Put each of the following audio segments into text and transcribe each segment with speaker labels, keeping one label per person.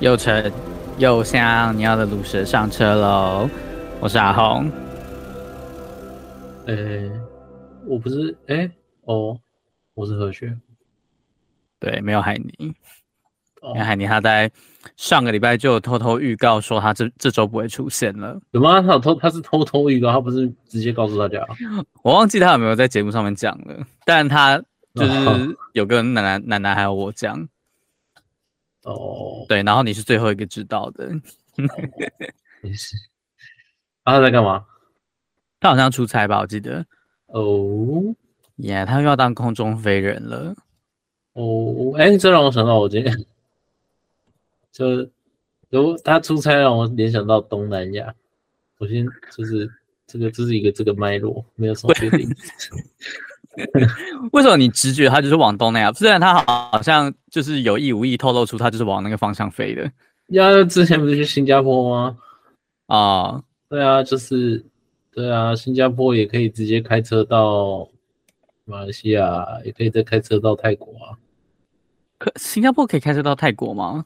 Speaker 1: 右城右向你要的卤蛇上车喽！我是阿红，
Speaker 2: 哎、我不是哎、哦，我是何学。
Speaker 1: 对，没有海尼，
Speaker 2: 哦
Speaker 1: 因为，海尼他在上个礼拜就有偷偷预告说他这这周不会出现了，
Speaker 2: 怎么他有偷他是偷偷预告，他不是直接告诉大家？
Speaker 1: 我忘记他有没有在节目上面讲了，但他就
Speaker 2: 哦
Speaker 1: 是有跟奶奶奶奶还有我讲，
Speaker 2: 哦，
Speaker 1: 对，然后你是最后一个知道的，
Speaker 2: 也是。啊、他在干嘛？
Speaker 1: 他好像出差吧，我记得，
Speaker 2: 哦
Speaker 1: 耶、他又要当空中飞人了，
Speaker 2: 哦，哎、这让我想到我今天就如果他出差让我联想到东南亚。我先就是这个这是一个这个脉络，没有什么确定。
Speaker 1: 为什么你直觉他就是往东南亚？虽然他好像就是有意无意透露出他就是往那个方向飞的
Speaker 2: 呀，之前不是去新加坡吗？
Speaker 1: 啊、
Speaker 2: 对啊，就是，对啊，新加坡也可以直接开车到马来西亚，也可以再开车到泰国啊，
Speaker 1: 可新加坡可以开车到泰国吗？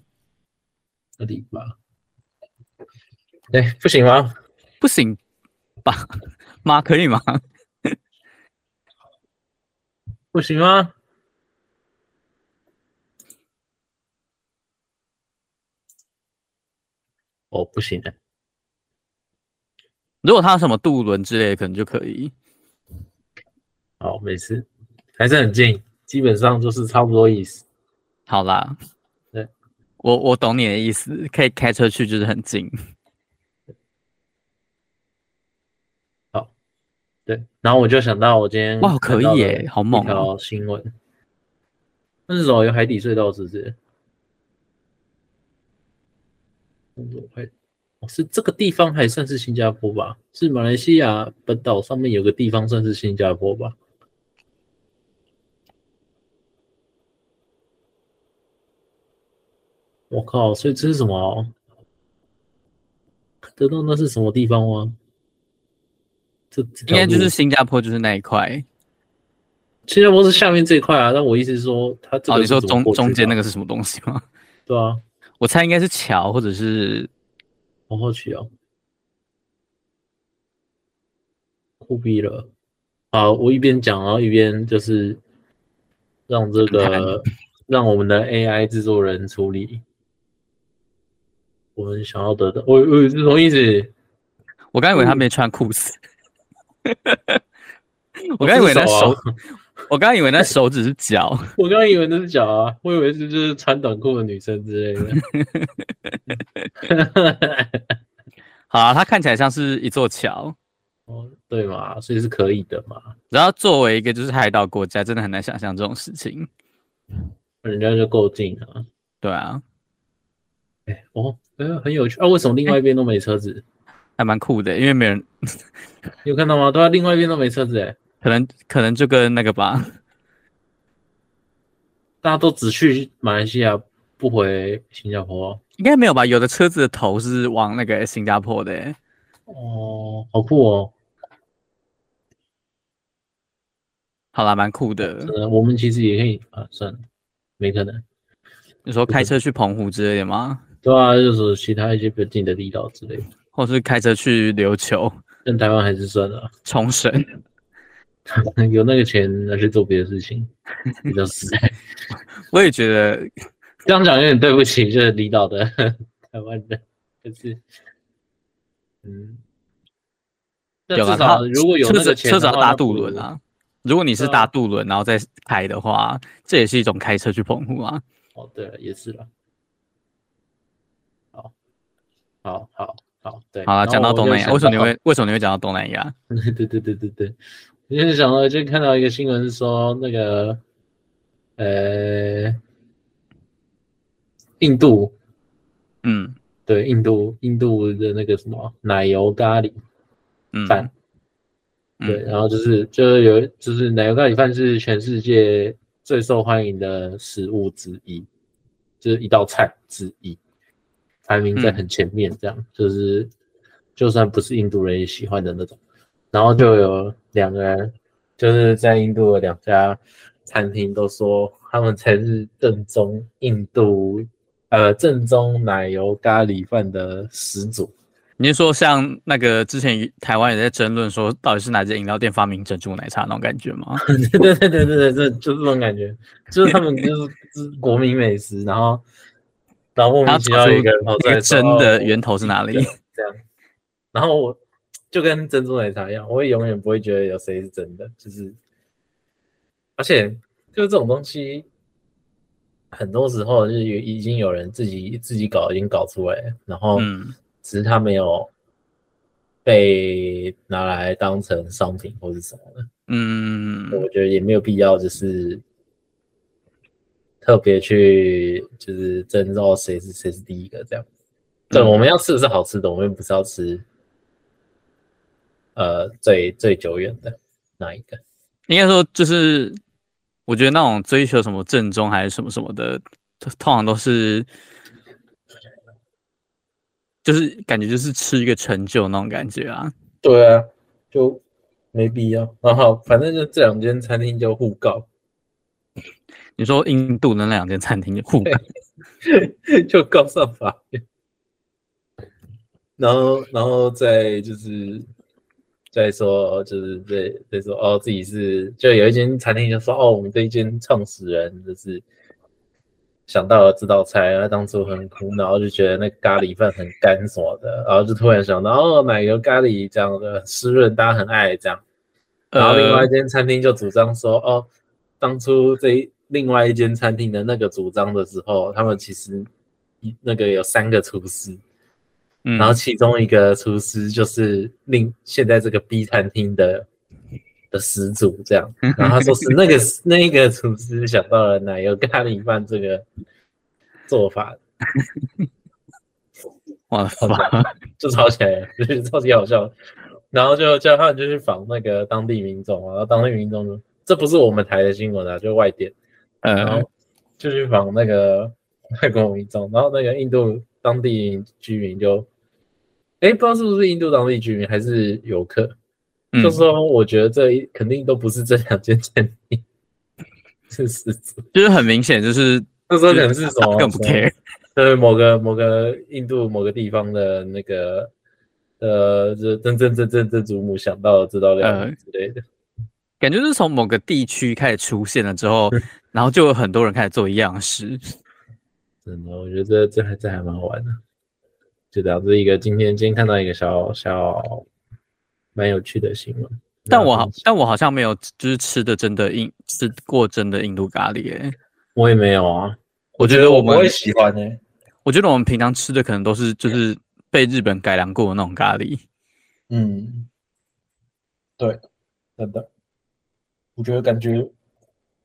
Speaker 2: 那里吧。哎，不行吗？
Speaker 1: 不行吧？ 妈，可以吗？
Speaker 2: 不行吗？哦，不行的。
Speaker 1: 如果他有什么渡轮之类的，可能就可以。
Speaker 2: 好，没事，还是很近，基本上就是差不多意思。
Speaker 1: 好啦，
Speaker 2: 对，
Speaker 1: 我我懂你的意思，可以开车去就是很近。
Speaker 2: 嗯对，然后我就想到我今天
Speaker 1: 哇
Speaker 2: 看到
Speaker 1: 可以耶
Speaker 2: 的
Speaker 1: 好猛哦
Speaker 2: 一条新闻，那是什么？有海底隧道是不是？海哦是这个地方还算是新加坡吧？是马来西亚本岛上面有个地方算是新加坡吧？我靠！所以这是什么？看得到那是什么地方吗？这这
Speaker 1: 应该就
Speaker 2: 条路
Speaker 1: 是新加坡，就是那一块。
Speaker 2: 新加坡是下面这一块啊，但我意思是说，它这
Speaker 1: 哦，
Speaker 2: 个
Speaker 1: 你说中中间那
Speaker 2: 个
Speaker 1: 个是什么东西吗？
Speaker 2: 啊对啊，
Speaker 1: 我猜应该是桥或者是
Speaker 2: 好好奇哦，酷毙了！好，我一边讲，然后一边就是让这个让我们的 AI 制作人处理我们想要得到，我我是什么意思？
Speaker 1: 我刚以为
Speaker 2: 嗯
Speaker 1: 他没穿裤子， 我刚以
Speaker 2: 是
Speaker 1: 为那
Speaker 2: 手
Speaker 1: 手
Speaker 2: 啊，
Speaker 1: 我刚以为那手指是脚，
Speaker 2: 我刚以为那是脚啊，我以为是就是穿短裤的 女生之类的。
Speaker 1: 好啊，它看起来像是一座桥。
Speaker 2: 哦，对嘛，所以是可以的嘛。
Speaker 1: 然后作为一个就是海岛国家，真的很难想象这种事情。
Speaker 2: 人家就够近了、啊。
Speaker 1: 对啊，
Speaker 2: 哎、哦，呃，很有趣啊！为什么另外一边都没车子？
Speaker 1: 还蛮酷的，因为没人，
Speaker 2: 你有看到吗？对啊，另外一边都没车子、哎，
Speaker 1: 可能可能就跟那个吧，
Speaker 2: 大家都只去马来西亚，不回新加坡。啊
Speaker 1: 应该没有吧？有的车子的头是往那个新加坡的欸，
Speaker 2: 哦，好酷哦！
Speaker 1: 好啦，蛮酷的
Speaker 2: 真。的，我们其实也可以啊，算了，没可能。
Speaker 1: 你说开车去澎湖之类的吗？
Speaker 2: 对啊，就是其他一些比较近的离岛之类的，
Speaker 1: 或是开车去琉球、
Speaker 2: 但台湾还是算了啊，
Speaker 1: 冲绳？
Speaker 2: 有那个钱拿去做别的事情比较实在。
Speaker 1: 我也觉得
Speaker 2: 这样讲有点对不起，就是离岛的 台湾人，就是，嗯，那
Speaker 1: 有啦
Speaker 2: 至少
Speaker 1: 他
Speaker 2: 如果有
Speaker 1: 车
Speaker 2: 那个
Speaker 1: 子
Speaker 2: 钱
Speaker 1: 车
Speaker 2: 的
Speaker 1: 子要
Speaker 2: 话
Speaker 1: 搭
Speaker 2: 那不
Speaker 1: 渡
Speaker 2: 如
Speaker 1: 轮啊。如果你是
Speaker 2: 对啊
Speaker 1: 搭渡轮然后再开的话，这也是一种开车去澎湖啊。
Speaker 2: 哦，对了，也是了。好，好，好，好，对。
Speaker 1: 好了，
Speaker 2: 然后
Speaker 1: 讲到
Speaker 2: 我就
Speaker 1: 东南亚，
Speaker 2: 想
Speaker 1: 为什么你会为什么你会讲到东南亚？
Speaker 2: 对 对对对对，我就是想到，就看到一个新闻是说那个，呃，印度，
Speaker 1: 嗯
Speaker 2: 对，印度，印度的那个什么奶油咖喱
Speaker 1: 嗯，
Speaker 2: 饭，
Speaker 1: 嗯
Speaker 2: 对，然后就是就是有就是奶油咖喱饭是全世界最受欢迎的食物之一，就是一道菜之一，排名在
Speaker 1: 嗯
Speaker 2: 很前面，这样、就是就算不是印度人也喜欢的那种。然后就有两个人就是在印度的两家餐厅都说他们才是正宗印度呃正宗奶油咖喱饭的始祖。
Speaker 1: 你是说像那个之前台湾也在争论说，到底是哪家饮料店发明珍珠奶茶那种感觉吗？
Speaker 2: 对对对对对，这就是这种感觉，就是他们就是就是国民美食，然后然后莫名其妙有一个人跑出
Speaker 1: 那
Speaker 2: 来说
Speaker 1: 个真
Speaker 2: 哦
Speaker 1: 的
Speaker 2: 我
Speaker 1: 源头是哪里？
Speaker 2: 这样，然后我就跟珍珠奶茶一样，我也永远不会觉得有谁是真的，就是，而且就是这种东西，很多时候就是有已经有人自己自己搞已经搞出来了，然后
Speaker 1: 嗯，
Speaker 2: 只是它没有被拿来当成商品或是什么的。
Speaker 1: 嗯，
Speaker 2: 我觉得也没有必要，就是特别去就是争到谁是谁是第一个这样。对，
Speaker 1: 嗯
Speaker 2: 我们要吃的是好吃的，我们不是要吃呃最最久远的那一个。
Speaker 1: 应该说就是，我觉得那种追求什么正宗还是什么什么的，通通常都是，就是感觉就是吃一个成就那种感觉啊。
Speaker 2: 对啊，就没必要。然后反正就这两间餐厅就互告，
Speaker 1: 你说印度的那两间餐厅互干，
Speaker 2: 就告上法院，然后然后再就是再说，就是再再说哦，自己是就有一间餐厅就说哦，我们这一间创始人就是想到了这道菜，然后当初很苦恼，就觉得那个咖喱饭很干什么的，然后就突然想到哦，奶油咖喱这样的湿润，大家很爱这样。然后另外一
Speaker 1: 呃，
Speaker 2: 间餐厅就主张说，哦，当初这一另外一间餐厅的那个主张的时候，他们其实一那个有三个厨师，
Speaker 1: 嗯
Speaker 2: 然后其中一个厨师就是另现在这个 B 餐厅的的始祖这 样，然后他说是那个那个厨师想到了奶油咖喱饭这个做法，
Speaker 1: 我的妈，
Speaker 2: 就吵起来了， 就是超级好笑。然后就叫他们就去访那个当地民众，然后当地民众说这不是我们台的新闻啊，就外电。然
Speaker 1: 呃
Speaker 2: 后，就去访那个 外国民众，然后那个印度当地居民就，哎，不知道是不是印度当地居民还是游客，
Speaker 1: 嗯
Speaker 2: 就说我觉得这一肯定都不是这两间餐厅， 是是，是
Speaker 1: 就是很明显就是
Speaker 2: 那时候可能是什么
Speaker 1: 更不
Speaker 2: 什么
Speaker 1: care，
Speaker 2: 对某个某个印度某个地方的那个呃，这真真真真真祖母想到了这道料理
Speaker 1: 呃
Speaker 2: 之类的，
Speaker 1: 感觉就是从某个地区开始出现了之后，然后就有很多人开始做一样的事。
Speaker 2: 真的，我觉得这这还这还蛮好玩的。就这样，这是一个今天今天看到一个小小蛮有趣的新闻。
Speaker 1: 但
Speaker 2: 然
Speaker 1: 我
Speaker 2: 后
Speaker 1: 好，但我好像没有就是吃的真的印吃过真的印度咖喱、欸，
Speaker 2: 我也没有啊，
Speaker 1: 我觉得我
Speaker 2: 不
Speaker 1: 们
Speaker 2: 会喜欢欸呢、
Speaker 1: 我觉得我们平常吃的可能都是就是被日本改良过的那种咖喱。
Speaker 2: 嗯，对，真的，我觉得感觉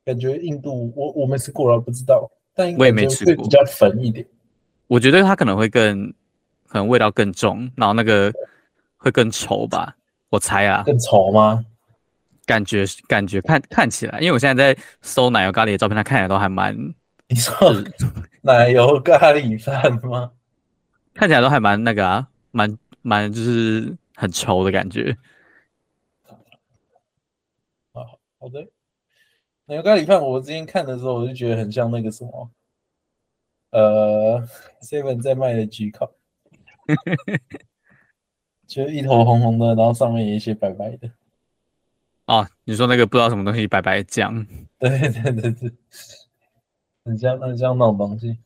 Speaker 2: 感觉印度，我我没吃过了，不知道，但
Speaker 1: 我也没感觉吃会过比
Speaker 2: 较粉一点。
Speaker 1: 我觉得它可能会更，可能味道更重，然后那个会更稠吧，我猜啊，
Speaker 2: 更稠吗？
Speaker 1: 感觉感觉看看起来，因为我现在在搜奶油咖喱的照片，它看起来都还蛮
Speaker 2: 你说奶油咖喱饭吗？
Speaker 1: 看起来都还蛮那个啊，蛮蛮就是很稠的感觉。
Speaker 2: 好的，奶油咖喱饭，我之前看的时候，我就觉得很像那个什么，呃，seven 在卖的焗烤，就是一头红红的，然后上面有一些白白的。
Speaker 1: 哦，你说那个不知道什么东西白白酱，
Speaker 2: 对对对对，很像很像那种东西。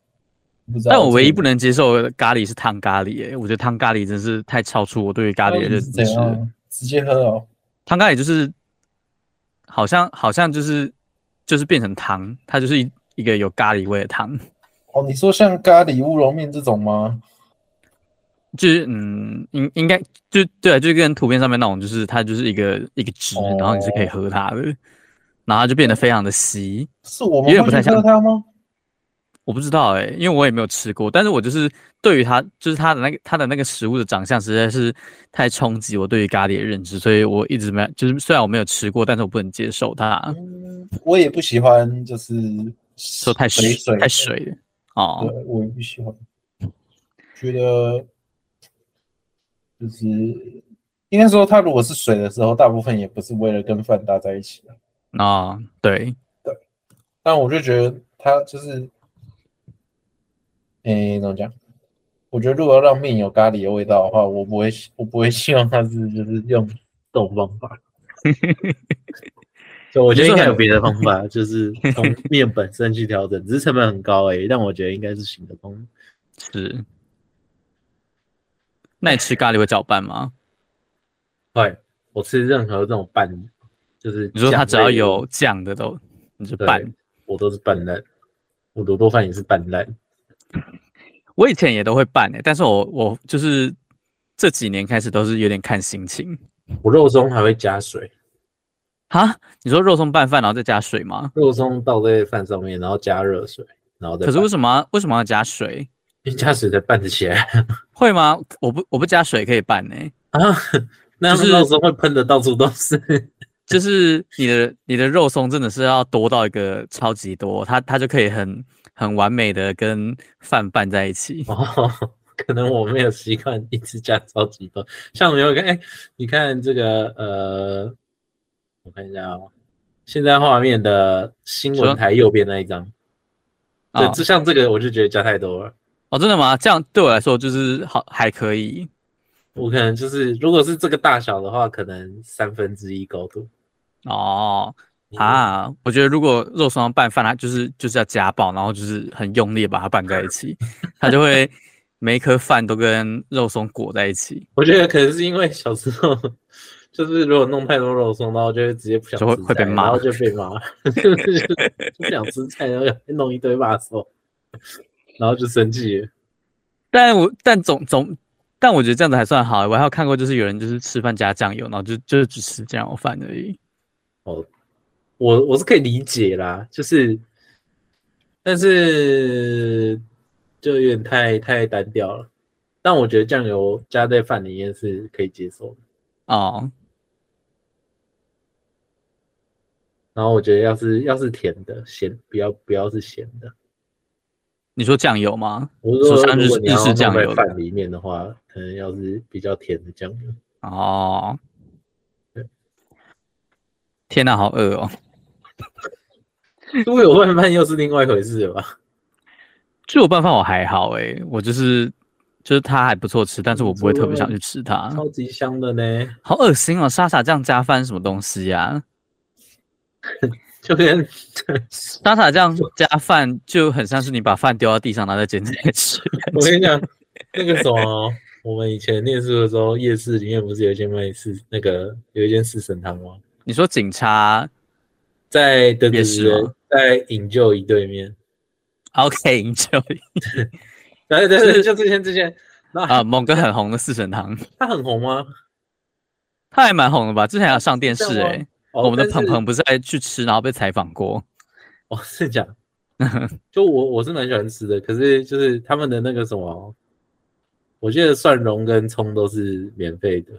Speaker 2: 不知道
Speaker 1: 但我唯一不
Speaker 2: 能
Speaker 1: 能接受的咖喱是烫咖喱、欸，我觉得烫咖喱真是太超出我对于咖喱的认知
Speaker 2: 怎
Speaker 1: 了。
Speaker 2: 哦样，直接喝哦。
Speaker 1: 汤咖喱就是好像好像就是就是变成汤，它就是一一个有咖喱味的汤，
Speaker 2: 哦，你说像咖喱乌龙面这种吗？
Speaker 1: 就是嗯应应该就对，啊就跟图片上面那种，就是它就是一个一个汁，
Speaker 2: 哦
Speaker 1: 然后你是可以喝它的，然后它就变得非常的稀。
Speaker 2: 是我们
Speaker 1: 有点
Speaker 2: 会
Speaker 1: 不太
Speaker 2: 去喝
Speaker 1: 像
Speaker 2: 它吗？
Speaker 1: 我不知道哎、因为我也没有吃过，但是我就是对于它，就是它的那个它的那个食物的长相实在是太冲击我对于咖喱的认知，所以我一直没有就是虽然我没有吃过，但是我不能接受它，
Speaker 2: 嗯，我也不喜欢，就是
Speaker 1: 说太
Speaker 2: 水水
Speaker 1: 太
Speaker 2: 的
Speaker 1: 水的哦。
Speaker 2: 对，我也不喜欢，觉得就是应该说，它如果是水的时候，大部分也不是为了跟饭搭在一起的。
Speaker 1: 啊、对，
Speaker 2: 但我就觉得它就是，诶，怎么讲？我觉得如果要让面有咖喱的味道的话，我不会，我不会希望它是就是用这种方法。所以 我觉得应该有别的方法，就是从面本身去调整，只是成本很高诶、但我觉得应该是行得通。
Speaker 1: 是。那你吃咖喱会搅拌吗？
Speaker 2: 对，我吃任何这种拌，就是
Speaker 1: 你说它
Speaker 2: 酱
Speaker 1: 只要
Speaker 2: 类的
Speaker 1: 有酱的都，你就
Speaker 2: 对
Speaker 1: 拌。
Speaker 2: 我都是拌烂，我卤肉饭也是拌烂。
Speaker 1: 我以前也都会拌欸诶、但是我我就是这几年开始都是有点看心情
Speaker 2: 我肉松还会加水，
Speaker 1: 哈，你说肉松拌饭然后再加水吗？
Speaker 2: 肉松倒在饭上面，然后加热水，然后再拌。
Speaker 1: 可是为什么为什么要加水？
Speaker 2: 一加水才拌得起来
Speaker 1: 会吗？我不我不加水可以拌诶、
Speaker 2: 啊？那
Speaker 1: 就是
Speaker 2: 肉松会喷的到处都是。
Speaker 1: 就是你的你的肉松真的是要多到一个超级多，它它就可以很很完美的跟饭拌在一起。
Speaker 2: 哦， 可能我没有习惯一次加超级多。像你有看，哎、你看这个呃，我看一下哦，现在画面的新
Speaker 1: 说
Speaker 2: 闻台右边那一张，对，
Speaker 1: 哦
Speaker 2: 就像这个我就觉得加太多了。
Speaker 1: 哦，真的吗？这样对我来说就是好还可以
Speaker 2: 我可能就是，如果是这个大小的话，可能三分之一高度。
Speaker 1: 哦。
Speaker 2: 嗯
Speaker 1: 啊，我觉得如果肉松要拌饭，它就是就是要加爆，然后就是很用力地把它拌在一起，它就会每一颗饭都跟肉松裹在一起，
Speaker 2: 我觉得可能是因为小时候，就是如果弄太多肉松，然后就会直接不想
Speaker 1: 就会
Speaker 2: 吃
Speaker 1: 会被
Speaker 2: 菜
Speaker 1: 骂
Speaker 2: 然后就被骂， 就是不想吃菜，然后弄一堆辣手，然后就生气了。
Speaker 1: 但我但总总，但我觉得这样子还算好。我还有看过，就是有人就是吃饭加酱油，然后就就只吃酱油饭而已。
Speaker 2: 我我是可以理解啦，就是，但是就有点太太单调了。但我觉得酱油加在饭里面是可以接受的。
Speaker 1: 哦，
Speaker 2: 然后我觉得要是要是甜的咸，不要不要是咸的。
Speaker 1: 你说酱油吗？
Speaker 2: 我是
Speaker 1: 手
Speaker 2: 说，
Speaker 1: 上
Speaker 2: 如
Speaker 1: 日
Speaker 2: 果
Speaker 1: 式
Speaker 2: 你要
Speaker 1: 日式
Speaker 2: 弄
Speaker 1: 酱
Speaker 2: 在
Speaker 1: 油的
Speaker 2: 饭里面的话，可能要是比较甜的酱油。
Speaker 1: 哦
Speaker 2: 对，
Speaker 1: 天哪，好饿哦！
Speaker 2: 如果有外卖，又是另外一回事了吧？
Speaker 1: 就有拌饭我还好诶、我就是就是它还不错吃，但是我不会
Speaker 2: 猪
Speaker 1: 特别想
Speaker 2: 肉
Speaker 1: 去吃它。
Speaker 2: 超级香的呢，
Speaker 1: 好恶心哦！莎莎酱加饭是什么东西呀、啊？
Speaker 2: 就 跟
Speaker 1: 莎莎酱加饭就很像是你把饭丢到地上，然后再捡起来吃。
Speaker 2: 我跟你讲，那个什么，我们以前念书的时候，夜市里面不是有一间卖四那个有一间四神汤吗？
Speaker 1: 你说警察
Speaker 2: 在对对
Speaker 1: 夜市
Speaker 2: 对
Speaker 1: 吗，
Speaker 2: 在引咎一对面，
Speaker 1: ？OK，你就
Speaker 2: 对对对，就之前之前，那
Speaker 1: 啊，某个很红的四神汤，
Speaker 2: 他很红吗？
Speaker 1: 他还蛮红的吧？之前还有上电视
Speaker 2: 这样
Speaker 1: 诶、
Speaker 2: 吗哦
Speaker 1: 我们的
Speaker 2: 但
Speaker 1: 鹏
Speaker 2: 是
Speaker 1: 鹏不是还去吃，然后被采访过。
Speaker 2: 哦，是这样。就我我是蛮喜欢吃的，可是就是他们的那个什么，我记得蒜蓉跟葱都是免费的，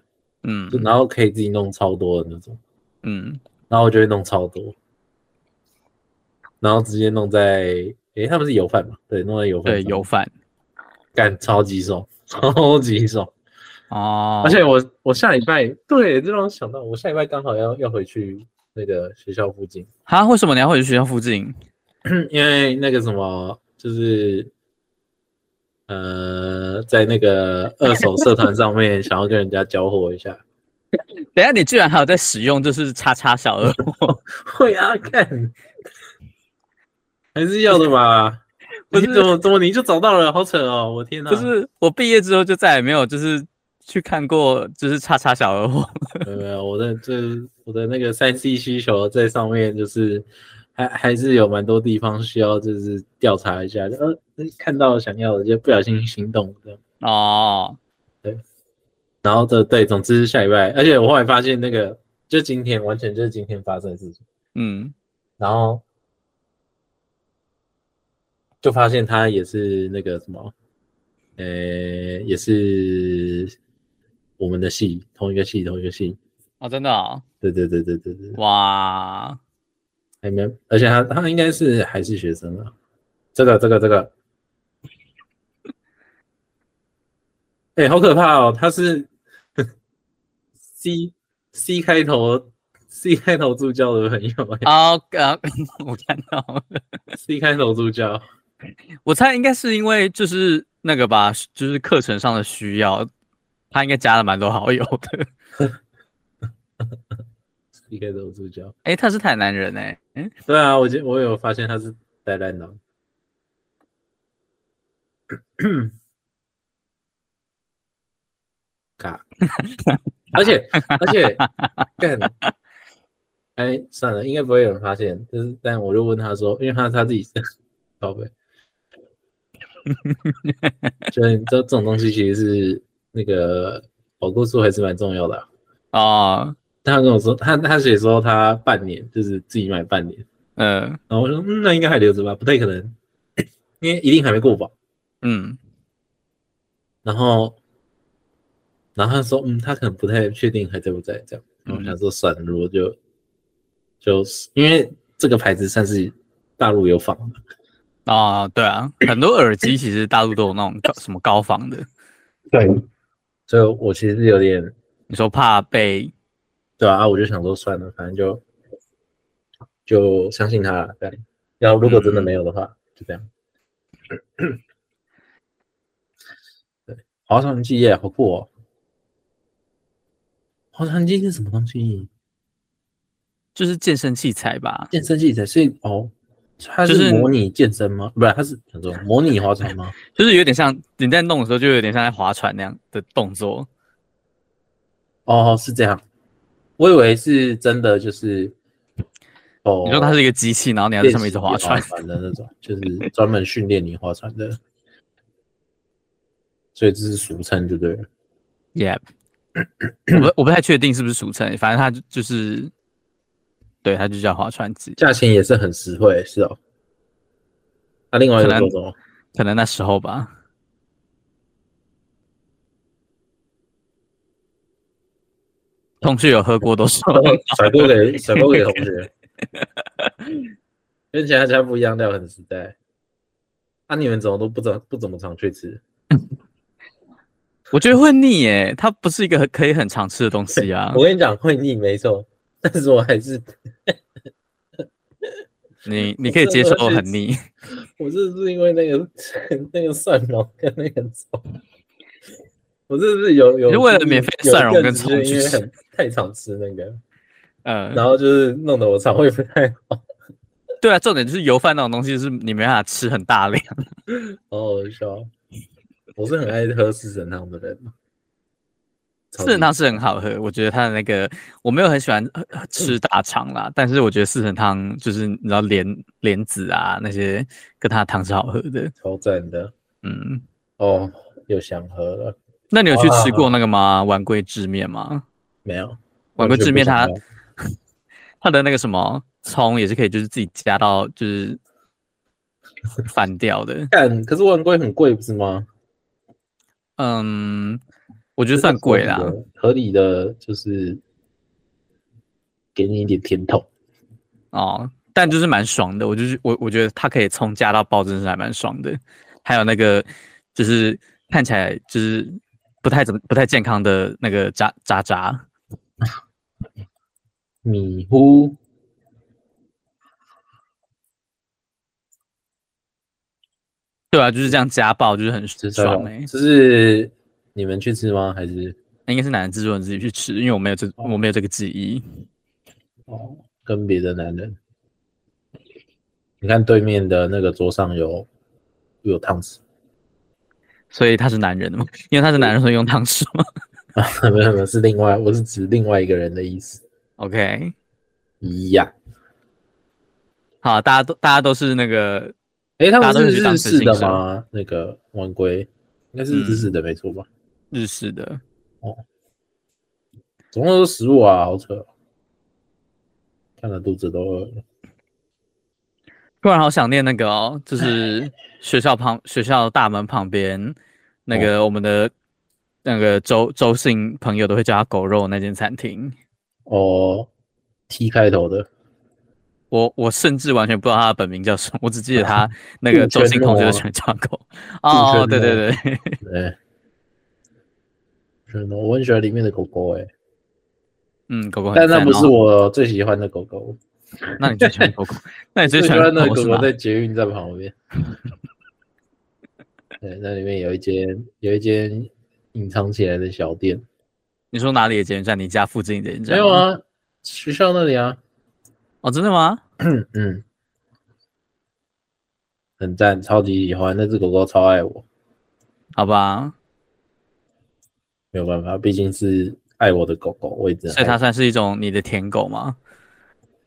Speaker 1: 嗯
Speaker 2: 就然后可以自己弄超多的那种，
Speaker 1: 嗯，
Speaker 2: 然后我就会弄超多，然后直接弄在诶、他们是油饭嘛，对，弄在油饭
Speaker 1: 对，
Speaker 2: 上，
Speaker 1: 油饭
Speaker 2: 干超级爽，超级爽。
Speaker 1: 哦，
Speaker 2: 而且我我下礼拜对，这让我想到，我下礼拜刚好要要回去那个学校附近，
Speaker 1: 哈，为什么你要回去学校附近？
Speaker 2: 因为那个什么，就是呃，在那个二手社团上面想要跟人家交火一下，
Speaker 1: 等一下你居然还有在使用，就是叉叉小 恶魔，
Speaker 2: 会啊，看还是要的 嘛。
Speaker 1: 不
Speaker 2: 你
Speaker 1: 是
Speaker 2: 怎么怎么你就找到了，好扯哦！我天哪，
Speaker 1: 不是嗯我毕业之后就再也没有就是去看过就是叉叉小恶魔。
Speaker 2: 没有没有，我的这我的那个三 C 需求在上面，就是还还是有蛮多地方需要就是调查一下，就呃看到想要的就不小心心动这样。
Speaker 1: 哦，
Speaker 2: 然后这对，总之下礼拜，而且我后来发现那个就今天完全就是今天发生的事情，
Speaker 1: 嗯，
Speaker 2: 然后就发现他也是那个什么，呃，也是我们的系同一个系同一个系，
Speaker 1: 哦，真的、哦，
Speaker 2: 对对对对对对，
Speaker 1: 哇，
Speaker 2: 还哎没，而且他他应该是还是学生啊，这个这个这个，哎、好可怕哦，他是 C C 开头 C 开头助教的朋友、欸
Speaker 1: 哦，呃，我看到了，
Speaker 2: c 开头助教，
Speaker 1: 我猜应该是因为就是那个吧，就是课程上的需要，他应该加了蛮多好友的。
Speaker 2: 应该都有助教。
Speaker 1: 哎、他是台南人哎、嗯，
Speaker 2: 对啊，我今我有发现他是呆呆脑。嘎，而且而且干，哎，算了，应该不会有人发现。但是，但我就问他说，因为他他自己是宝贝，所以这这种东西其实是那个保护数还是蛮重要的啊、
Speaker 1: 哦，
Speaker 2: 他跟我说，他他写说他半年就是自己买半年，
Speaker 1: 嗯
Speaker 2: 然后我说、嗯、那应该还留着吧，不太可能，因为一定还没过保。
Speaker 1: 嗯，
Speaker 2: 然后，然后他说，嗯，他可能不太确定还在不在这样。然后我想说，算了，如果就就是因为这个牌子算是大陆有仿的，
Speaker 1: 哦，对啊，很多耳机其实大陆都有那种高什么高仿的，
Speaker 2: 对，所以我其实有点
Speaker 1: 你说怕被
Speaker 2: 对啊，我就想说算了，反正就就相信他了，对。然后如果真的没有的
Speaker 1: 嗯
Speaker 2: 话，就这样。对，划船机耶，好酷哦！划船机是什么东西？
Speaker 1: 就是健身器材吧？
Speaker 2: 健身器材，所以哦，它
Speaker 1: 就是
Speaker 2: 是模拟健身吗？不是，它是想说模拟划船吗？
Speaker 1: 就是有点像你在弄的时候，就有点像在划船那样的动作。
Speaker 2: 哦，是这样，我以为是真的，就是哦，
Speaker 1: 你说它是一个机器，然后你要在上面一直划船
Speaker 2: 练，习划船的那种，就是专门训练你划船的，所以这是俗称，就对了。
Speaker 1: Yep，我 不我不太确定是不是俗称，反正它就就是，对，它就叫划船机。
Speaker 2: 价钱也是很实惠，是哦。那、另外一个
Speaker 1: 可
Speaker 2: 做
Speaker 1: 能
Speaker 2: 什么？
Speaker 1: 可能那时候吧。同事有喝 过都说，
Speaker 2: 甩锅给甩锅给同 学，跟其他家不一样，料很实在。那、你们怎么都不怎不怎么常去吃？
Speaker 1: 我觉得会腻耶，它不是一个很可以很常吃的东西啊
Speaker 2: 我。跟你讲会腻没错，但是我还是
Speaker 1: 你你可以接受很腻，
Speaker 2: 我这是因为那个 那个蒜蓉跟那个葱，我这是有有
Speaker 1: 你是为了免费
Speaker 2: 有
Speaker 1: 蒜蓉
Speaker 2: 阵
Speaker 1: 跟
Speaker 2: 子
Speaker 1: 葱
Speaker 2: 就
Speaker 1: 去
Speaker 2: 因为
Speaker 1: 吃
Speaker 2: 很太常吃那个，
Speaker 1: 嗯，
Speaker 2: 然后就是弄得我肠胃不太好。
Speaker 1: 对啊，重点就是油饭那种东西是你没办法吃很大量，
Speaker 2: 好好笑。我是很爱喝四神汤的人， 超
Speaker 1: 四神
Speaker 2: 级
Speaker 1: 汤是很好喝，我觉得它的那个我没有很喜欢呃
Speaker 2: 嗯
Speaker 1: 呃吃大肠啦，但是我觉得四神汤就是你知道莲莲子啊那些跟它的汤是好喝的，
Speaker 2: 超赞的
Speaker 1: 嗯，
Speaker 2: 哦，又想喝了，
Speaker 1: 那你有去吃
Speaker 2: 哇
Speaker 1: 过那个吗？碗龟制面吗？
Speaker 2: 没有。
Speaker 1: 碗
Speaker 2: 完
Speaker 1: 龟
Speaker 2: 全
Speaker 1: 制
Speaker 2: 不
Speaker 1: 面
Speaker 2: 想
Speaker 1: 它
Speaker 2: 喝
Speaker 1: 它的那个什么葱也是可以就是自己加到就是 翻掉的，
Speaker 2: 干，可是万龟很贵不是吗？
Speaker 1: 嗯，我觉
Speaker 2: 就
Speaker 1: 得算贵啦，，
Speaker 2: 合理的就是给你一点甜头。
Speaker 1: 哦，但就是蛮爽的。我就是我，我觉得它可以从加到爆，真是还蛮爽的。还有那个就是看起来就是不太怎么不太健康的那个渣渣渣，
Speaker 2: 米糊
Speaker 1: 对啊，就是这样加爆就是很
Speaker 2: 吃
Speaker 1: 爽哎、
Speaker 2: 这是你们去吃吗？还是
Speaker 1: 那应该是男的制作人自己去吃，因为我没有这我没有这个记忆。
Speaker 2: 哦跟别的男人？你看对面的那个桌上有有汤匙，
Speaker 1: 所以他是男人嘛，因为他是男人，所以用汤匙嘛。
Speaker 2: 没有没有，是另外，我是指另外一个人的意思。
Speaker 1: OK，
Speaker 2: 一样，
Speaker 1: 好，大家都大家都是那个
Speaker 2: 哎，他
Speaker 1: 大家
Speaker 2: 们是
Speaker 1: 都是去当
Speaker 2: 日
Speaker 1: 刺
Speaker 2: 式
Speaker 1: 青啊嗯
Speaker 2: 的
Speaker 1: 手
Speaker 2: 吗？那个晚归应该是日式的，没错吧？
Speaker 1: 日式的，
Speaker 2: 总共都是食物啊，好扯哦，看了肚子都饿了。
Speaker 1: 突然好想念那个哦， 就是学校旁学校大门旁边那
Speaker 2: 哦
Speaker 1: 个我们的那个周周姓朋友都会叫他狗肉那间餐厅，
Speaker 2: 哦，T 开头的，
Speaker 1: 我我甚至完全不知道他的本名叫什么，我只记 得他那个周姓同学就喜欢叫他狗。
Speaker 2: 啊
Speaker 1: 哦，
Speaker 2: 杜
Speaker 1: 对
Speaker 2: 鹃
Speaker 1: 对
Speaker 2: 诺
Speaker 1: 对，
Speaker 2: 对，是我很喜欢里面的狗狗哎、
Speaker 1: 嗯，狗狗很
Speaker 2: 但那
Speaker 1: 赞
Speaker 2: 不是
Speaker 1: 哦，
Speaker 2: 我最喜欢的狗狗，
Speaker 1: 那你最喜欢狗狗？那你
Speaker 2: 最
Speaker 1: 最喜
Speaker 2: 欢
Speaker 1: 欢
Speaker 2: 的狗
Speaker 1: 狗是
Speaker 2: 狗
Speaker 1: 吗？
Speaker 2: 在捷运站旁边，对，那里面有一间有一间隐藏起来的小店，
Speaker 1: 你说哪里的捷运站？你家附近的捷运站？
Speaker 2: 没有。啊，学校那里啊，
Speaker 1: 哦，真的吗？
Speaker 2: 嗯嗯，很赞，超级喜欢那只狗狗，超爱我，
Speaker 1: 好吧，
Speaker 2: 没有办法，毕竟是爱我的狗狗，我一直
Speaker 1: 所以
Speaker 2: 爱
Speaker 1: 它算是一种你的舔狗吗？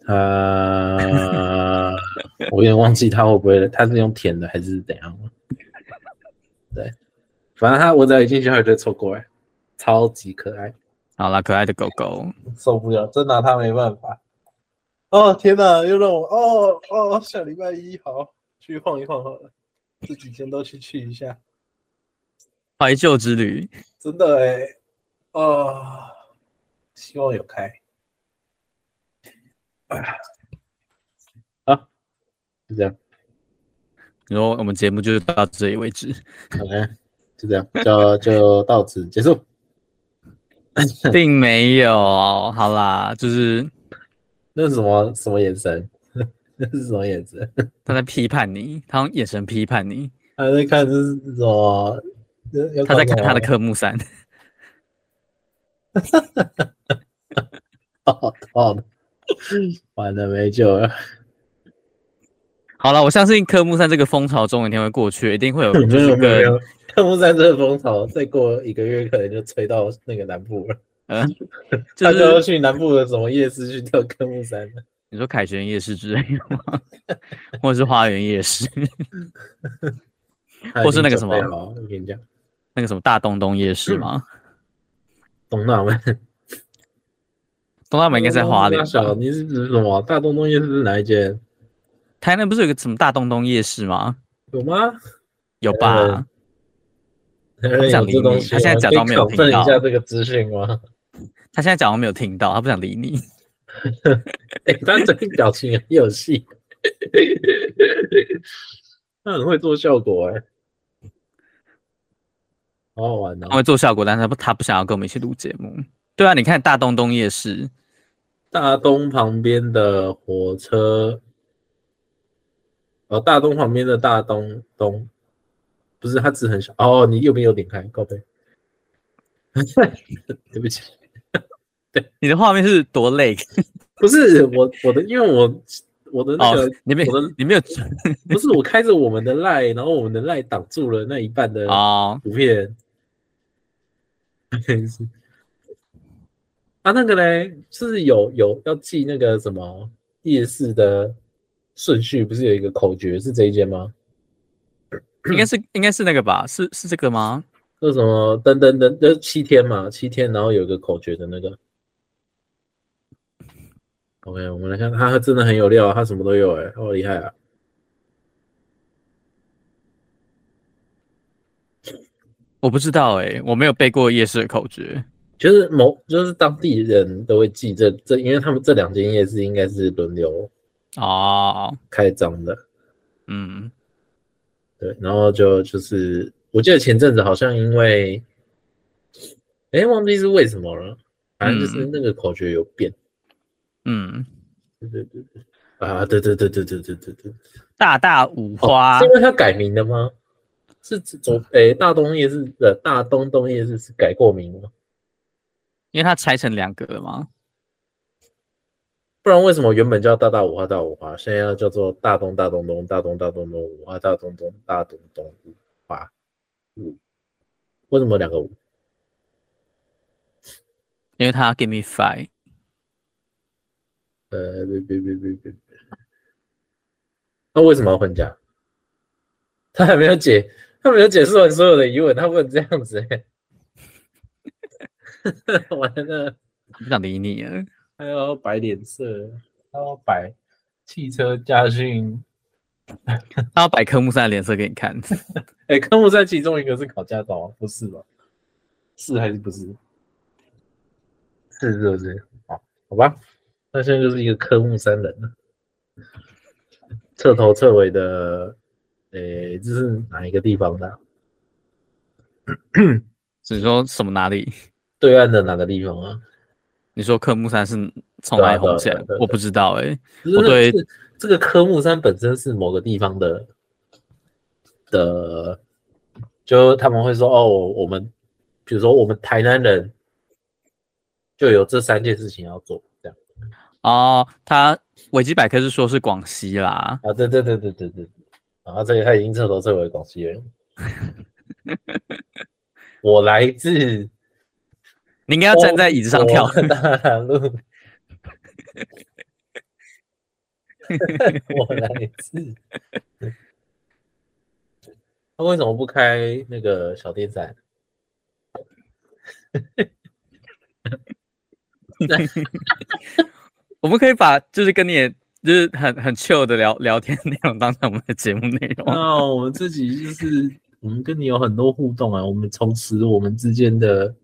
Speaker 2: 它，呃 我有点忘记它会不会，它是用舔的还是怎样 了？对，反正它我只要一进学校就会凑过来，超级可爱。
Speaker 1: 好啦，可爱的狗狗，
Speaker 2: 受不了，真拿他没办法。哦天哪，又让我哦哦，下礼拜一好去晃一晃好了，这几天都去去一下，
Speaker 1: 怀旧之旅。
Speaker 2: 真的哎、哦，希望有开。啊，就这样
Speaker 1: 你说我们节目就到这里为止，
Speaker 2: ，OK，就这样，就就到此结束。
Speaker 1: 并没有。好啦，就是
Speaker 2: 那是什么什么眼神？ 那是什么眼神？
Speaker 1: 他在批判你，他用眼神批判你，
Speaker 2: 他在看这是什么？要
Speaker 1: 他在
Speaker 2: 干
Speaker 1: 看
Speaker 2: 嘛
Speaker 1: 他的科目三。
Speaker 2: 哦，好的，完了没救了。
Speaker 1: 好了，我相信科目三这个风潮总有一天会过去，一定会有就
Speaker 2: 没 有
Speaker 1: 是
Speaker 2: 没有没
Speaker 1: 个
Speaker 2: 有，科目三这个风潮，再过一个月可能就吹到那个南部了，
Speaker 1: 呃，
Speaker 2: 他
Speaker 1: 就
Speaker 2: 就要
Speaker 1: 是
Speaker 2: 去南部的什么夜市去跳科目三了。
Speaker 1: 你说凯旋夜市之类的吗？或者是花园夜市，
Speaker 2: 他已
Speaker 1: 或是那个
Speaker 2: 经
Speaker 1: 什
Speaker 2: 准备
Speaker 1: 么
Speaker 2: 好了我跟你讲，
Speaker 1: 那个什么大东东夜市吗？
Speaker 2: 东大门，
Speaker 1: 东大门应该在花莲
Speaker 2: 大
Speaker 1: 吧，
Speaker 2: 小，你是指什么？大东东夜市是哪一间？
Speaker 1: 台南不是有个什么大东东夜市吗？
Speaker 2: 有吗？
Speaker 1: 有吧
Speaker 2: 呃？有
Speaker 1: 想理
Speaker 2: 这东
Speaker 1: 你
Speaker 2: 西
Speaker 1: 他现在
Speaker 2: 吗
Speaker 1: 假
Speaker 2: 可以
Speaker 1: 装没有
Speaker 2: 考
Speaker 1: 听
Speaker 2: 证一
Speaker 1: 到
Speaker 2: 下这个资讯 吗？
Speaker 1: 他现在假装没有听到，他不想理你。
Speaker 2: 哎，他这个表情很有戏， 他很会做效果哎，好好玩哦
Speaker 1: 他。会做效果，但是他不他不想要跟我们一起录节目。对啊，你看大东东夜市，
Speaker 2: 大东旁边的火车，哦，大东旁边的大东东，不是，它字很小。哦，你右边有点开，告白。 对不起，
Speaker 1: 你的画面是多累
Speaker 2: 不是我我的，因为我我的那
Speaker 1: 哦
Speaker 2: 个、！
Speaker 1: 你没
Speaker 2: 我的
Speaker 1: 你没有
Speaker 2: 不是我开着我们的赖，然后我们的赖挡住了那一半的
Speaker 1: 哦，
Speaker 2: 图片。 是啊，那个嘞，就是有有要记那个什么夜市的顺序，不是有一个口诀是这一间吗？
Speaker 1: 应该是应该是那个吧？是是这个吗？
Speaker 2: 那什么等等等，就是七天嘛，七天，然后有一个口诀的那个。OK，我们来看，他真的很有料啊，他什么都有哎、好厉害啊！
Speaker 1: 我不知道哎、我没有背过夜市的口诀。
Speaker 2: 就是某就是当地人都会记这这，因为他们这两间夜市应该是轮流
Speaker 1: 哦，
Speaker 2: 开张的，
Speaker 1: 嗯，
Speaker 2: 对，然后就就是，我记得前阵子好像因为，哎，忘记是为什么了，反正就是
Speaker 1: 嗯
Speaker 2: 那个口诀有变。
Speaker 1: 嗯，
Speaker 2: 对对对对，啊，对对对对对对对对，
Speaker 1: 大大五花，
Speaker 2: 是因为它改名的吗？是指左诶大东夜市的大东东夜市是改过名吗？
Speaker 1: 因为它拆成两个了嘛。
Speaker 2: 不然为什么原本叫大大五花大五花，现在要叫做大东大东东大东大东东五花大东东大东东五花五？为什么两个五？
Speaker 1: 因为它 give me five，
Speaker 2: 呃，别别别别别，那为什么要混假？他还没有解，他没有解释完所有的疑问，他不能这样子、欸。 完了，
Speaker 1: 它不想理你了。
Speaker 2: 他要摆脸色，他要摆汽车驾训。
Speaker 1: 它要摆科目三的脸色给你看。
Speaker 2: 哎、科目三其中一个是考驾照吗？啊不是吧？是还是不是？是是不是？好，好吧，那现在就是一个科目三人了，彻头彻尾的，呃、这是哪一个地方的啊、
Speaker 1: 你说什么哪里？
Speaker 2: 对岸的哪个地方啊？
Speaker 1: 你说科目三是从
Speaker 2: 对啊
Speaker 1: 哪里红起
Speaker 2: 对啊对
Speaker 1: 来
Speaker 2: 啊对啊？
Speaker 1: 我不知道哎、
Speaker 2: 就是
Speaker 1: 哦对
Speaker 2: 这个这个科目三本身是某个地方的的就他们会说哦，我们比如说我们台南人就有这三件事情要做，这样
Speaker 1: 哦，他维基百科是说是广西啦，
Speaker 2: 啊，对对对对对对，然后这里他已经彻头彻尾广西人，我来自
Speaker 1: 你应该要站在椅子上跳。
Speaker 2: 哦我大陆， 我来自。 他为什么不开那个小电扇？
Speaker 1: 我们可以把就是跟你也就是很很 chill 的聊聊天内容当成我们的节目内容。
Speaker 2: 那我们自己就是我们跟你有很多互动啊，我们重拾我们之间的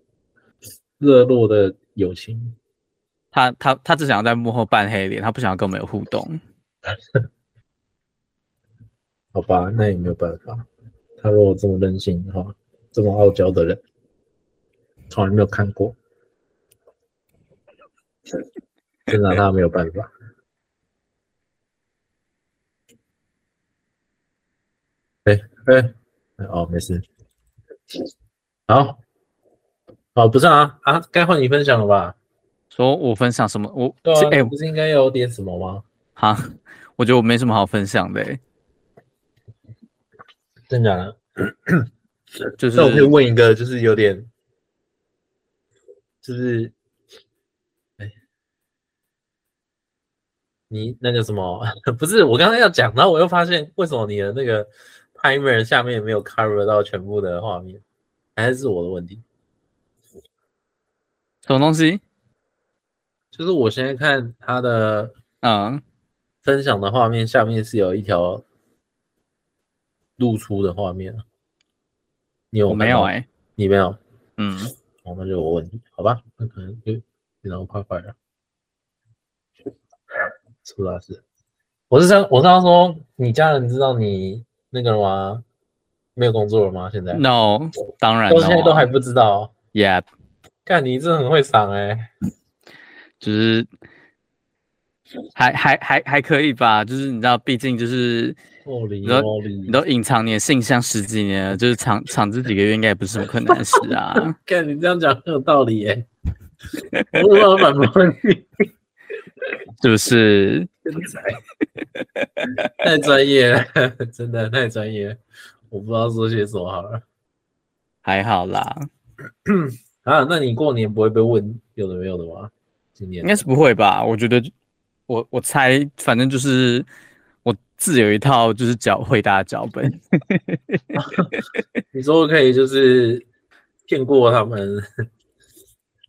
Speaker 2: 热络的友情。
Speaker 1: 他他他只想要在幕后扮黑脸，他不想要跟我们有互动。
Speaker 2: 好吧，那也没有办法。他如果这么任性的话，这么傲娇的人，从来没有看过，真拿他没有办法。哎、哎、哦，没事。好，哦，不是啊啊，该换你分享了吧？
Speaker 1: 说我分享什么？我
Speaker 2: 对啊，
Speaker 1: 哎、
Speaker 2: 你不是应该有点什么吗？
Speaker 1: 好，我觉得我没什么好分享的、欸，
Speaker 2: 真假的？
Speaker 1: 就
Speaker 2: 那我可以
Speaker 1: 是
Speaker 2: 问一个，就是有点，就是，哎，你那个什么， 不是我刚刚要讲，然后我又发现为什么你的那个 timer 下面没有 cover 到全部的画面，还是我的问题。
Speaker 1: 什么东西？
Speaker 2: 就是我现在看他的
Speaker 1: 嗯，
Speaker 2: 分享的画面，下面是有一条露出的画面，啊你有
Speaker 1: 我没
Speaker 2: 看
Speaker 1: 有
Speaker 2: 到
Speaker 1: 哎、
Speaker 2: 你没有，
Speaker 1: 嗯，
Speaker 2: 哦，那就我问题，好吧？那可能就电脑快坏了，出大事。我是想，我是要说，你家人知道你那个了吗？没有工作了吗？现在
Speaker 1: No，当然
Speaker 2: 到现在都
Speaker 1: no 啊
Speaker 2: 还不知道。
Speaker 1: ，Yeah，
Speaker 2: 看你真的很会赏哎、
Speaker 1: 就是还还还还可以吧，就是你知道，毕竟就是
Speaker 2: 莫里
Speaker 1: 你说
Speaker 2: 莫里
Speaker 1: 你，都隐藏你的性向十几年了，就是藏藏这几个月应该也不是什么困难的事啊。
Speaker 2: 看你这样讲很有道理哎、我为什么要反驳 你？
Speaker 1: 是不是？
Speaker 2: 太专业了，真的太专业了，我不知道说些什么好了。
Speaker 1: 还好啦，
Speaker 2: 啊，那你过年不会被问有的没有的吗？今年
Speaker 1: 应该是不会吧？我觉得，我我猜，反正就是我自有一套就是脚回答的脚本。
Speaker 2: 你说可以就是骗过他们，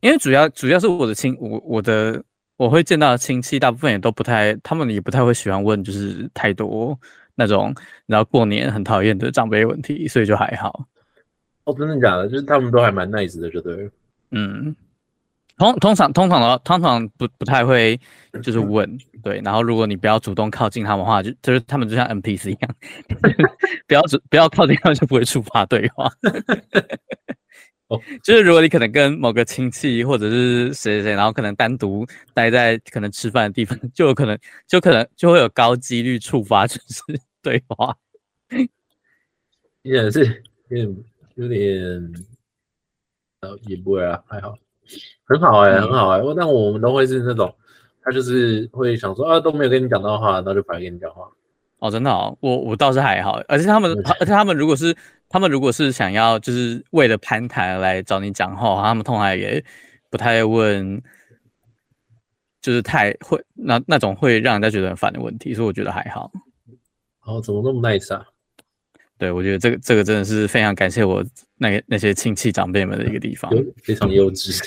Speaker 1: 因为主要主要是我的亲，我我的我会见到的亲戚，大部分也都不太，他们也不太会喜欢问，就是太多那种，然后过年很讨厌的长辈问题，所以就还好。
Speaker 2: 哦，真的假的？就是他们都还蛮 nice 的，就对了。
Speaker 1: 嗯，通通常通常的话通常不不太会就是问，对，然后如果你不要主动靠近他们的话，就就是他们就像 NPC 一样， 不要主不要靠近他们就不会触发对话。
Speaker 2: 哦
Speaker 1: 就是如果你可能跟某个亲戚或者是谁谁谁，然后可能单独待在可能吃饭的地方，就有可能就可能就会有高几率触发就是 对话。
Speaker 2: 有点是有点有点，呃，也不会啊，还好，很好哎、
Speaker 1: 嗯
Speaker 2: 很好哎、欸。但我们都会是那种，他就是会想说啊，都没有跟你讲到话，那就白跟你讲话。
Speaker 1: 哦，真的哦，我我倒是还好，而且他们
Speaker 2: 嗯，
Speaker 1: 而且他们如果是他们如果是想要就是为了攀谈而来找你讲话，他们通常也不太问，就是太会那那种会让人家觉得很烦的问题，所以我觉得还好。
Speaker 2: 哦，怎么那么 nice 啊？
Speaker 1: 对，我觉得这个这个真的是非常感谢我那个那些亲戚长辈们的一个地方，
Speaker 2: 有非常幼稚，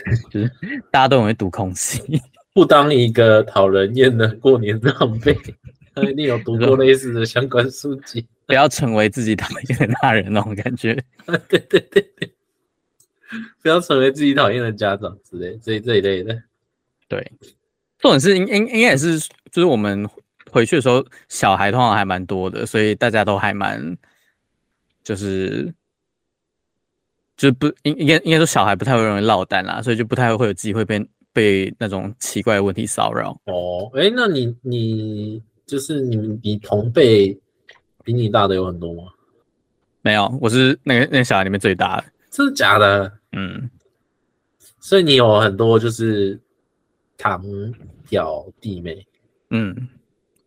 Speaker 1: 大家都很会读空气。
Speaker 2: 不当一个讨人厌的过年长辈，他一定有读过类似的相关书籍。
Speaker 1: 不要成为自己讨厌的那人那种感觉。
Speaker 2: 对对对对，不要成为自己讨厌的家长之类，这这一类的。
Speaker 1: 对，重点是应应应该也是，就是我们回去的时候，小孩通常还蛮多的，所以大家都还蛮，就是，就不应应该应该说小孩不太会容易落单啦，所以就不太会有机会被被那种奇怪的问题骚扰。
Speaker 2: 哦，哎，那你你就是你你同辈比你大的有很多吗？
Speaker 1: 没有，我是那个那个小孩里面最大的。
Speaker 2: 真的假的？
Speaker 1: 嗯，
Speaker 2: 所以你有很多就是堂表弟妹，
Speaker 1: 嗯，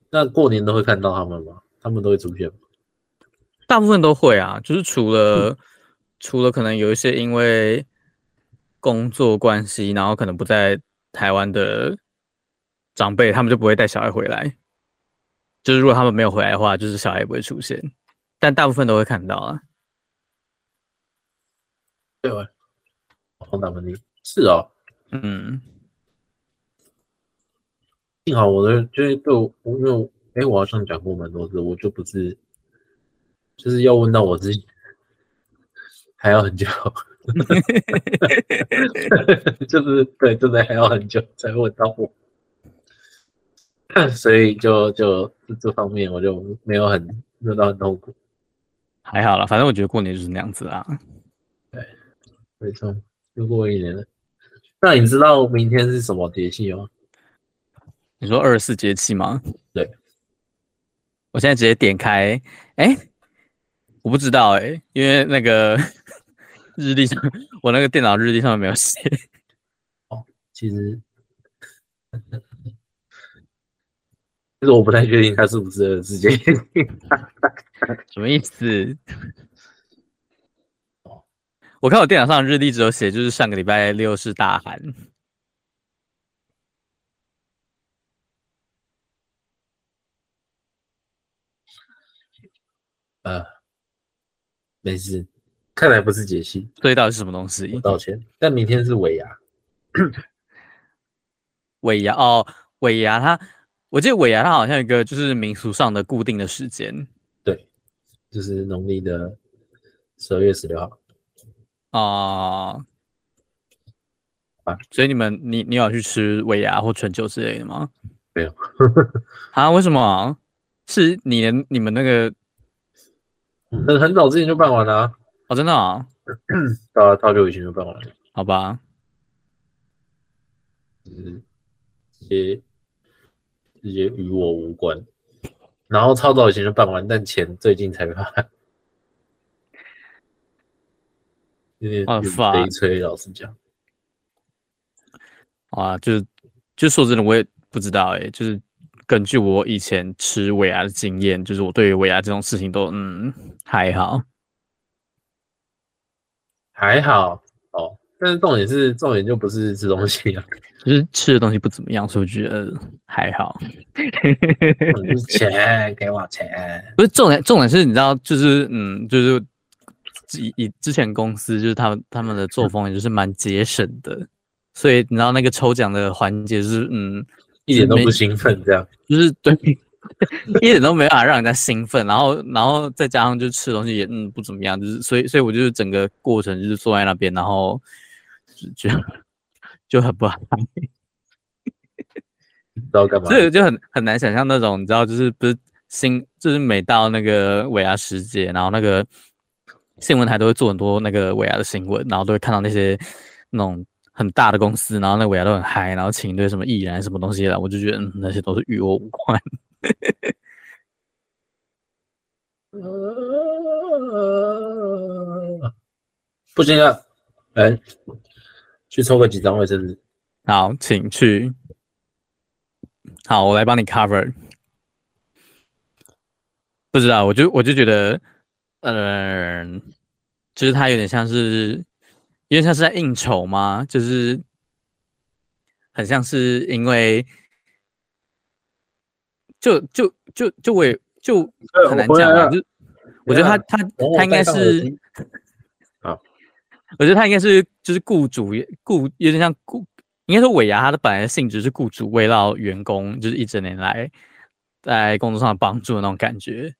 Speaker 2: 那过年都会看到他们吗？他们都会出现吗？
Speaker 1: 大部分都会啊，就是除了、除了可能有一些因为工作关系，然后可能不在台湾的长辈，他们就不会带小孩回来。就是如果他们没有回来的话，就是小孩也不会出现，但大部分都会看到啊。
Speaker 2: 对吧？红打门铃是哦，
Speaker 1: 嗯，
Speaker 2: 幸好我的就是对我，我因为我哎、我好像讲过蛮多次，我就不是，就是要问到我自己，还要很久， 就是对，真的还要很久才问到我， 所以就就这这方面我就没有很没有到很痛苦，
Speaker 1: 还好啦，反正我觉得过年就是那样子啊。
Speaker 2: 没错，又过一年了。那你知道明天是什么节气吗？
Speaker 1: 你说二十四节气吗？
Speaker 2: 对，
Speaker 1: 我现在直接点开，哎、我不知道哎、因为那个 日历上，我那个电脑日历上面没有写。
Speaker 2: 其实， 其实我不太确定它是不是二十四节气。
Speaker 1: 什么意思？我看我电脑上的日历只有写，就是上个礼拜六是大寒，
Speaker 2: 呃，没事，看来不是解析，
Speaker 1: 所以到底是什么东西
Speaker 2: 我？道歉。但明天是尾牙，
Speaker 1: 尾牙哦，尾牙它，我记得尾牙它好像有一个就是民俗上的固定的时间
Speaker 2: 就是农历的十二月十六号。
Speaker 1: 哦。
Speaker 2: 啊
Speaker 1: 所以你们，你你有去吃尾牙或春酒之类的吗？
Speaker 2: 没有，
Speaker 1: 啊？为什么？是你的你们那个
Speaker 2: 很很早之前就办完了、啊，
Speaker 1: 哦，真的啊、
Speaker 2: 到好久以前就办完了，
Speaker 1: 好吧，
Speaker 2: 就是这些这些与我无关。然后超早以前就办完，但钱最近才发， 有点
Speaker 1: 啊
Speaker 2: 有点
Speaker 1: fuck
Speaker 2: 悲催，老实讲。
Speaker 1: 啊，就是就说真的，我也不知道哎、就是根据我以前吃尾牙的经验，就是我对于尾牙这种事情都嗯还好，
Speaker 2: 还好哦，但是重点是重点就不是吃东西 啊，
Speaker 1: 就是吃的东西不怎么样，所以我觉得呃还好。
Speaker 2: 重点是钱，给我钱。
Speaker 1: 不是重点，重点是你知道，就是嗯，就是以以之前公司就是他们他们的作风也就是蛮节省的，所以你知道那个抽奖的环节是嗯，
Speaker 2: 一点都
Speaker 1: 没
Speaker 2: 不兴奋，这样
Speaker 1: 就是对， 一点都没办法让人家兴奋，然后然后再加上就吃东西也嗯不怎么样，就是所以所以我就是整个过程就是坐在那边，然后就就就很不好，
Speaker 2: 不知道干嘛。
Speaker 1: 所以就很很难想象那种你知道就是不是新就是每到那个尾牙时节，然后那个新闻台都会做很多那个尾牙的新闻，然后都会看到那些那种。很大的公司，然后那尾牙都很嗨，然后请一堆什么艺人什么东西来，我就觉得、嗯、那些都是与我无关。
Speaker 2: 不行啊，哎，去抽个几张卫生纸。
Speaker 1: 好，请去。好，我来帮你 cover。不知道，我就我就觉得，嗯、就是他有点像是，有点像是在应酬嘛，就是很像是因为，就就就就我也就
Speaker 2: 对
Speaker 1: 很难
Speaker 2: 我回
Speaker 1: 讲
Speaker 2: 来
Speaker 1: 啊，
Speaker 2: 了
Speaker 1: 就我觉得他他
Speaker 2: 等啊我
Speaker 1: 他应该
Speaker 2: 戴上耳
Speaker 1: 是
Speaker 2: 机，
Speaker 1: 我觉得他应该是就是雇主雇有点像雇，应该说尾牙他的本来的性质是雇主为了员工就是一整年来在工作上的帮助的那种感觉。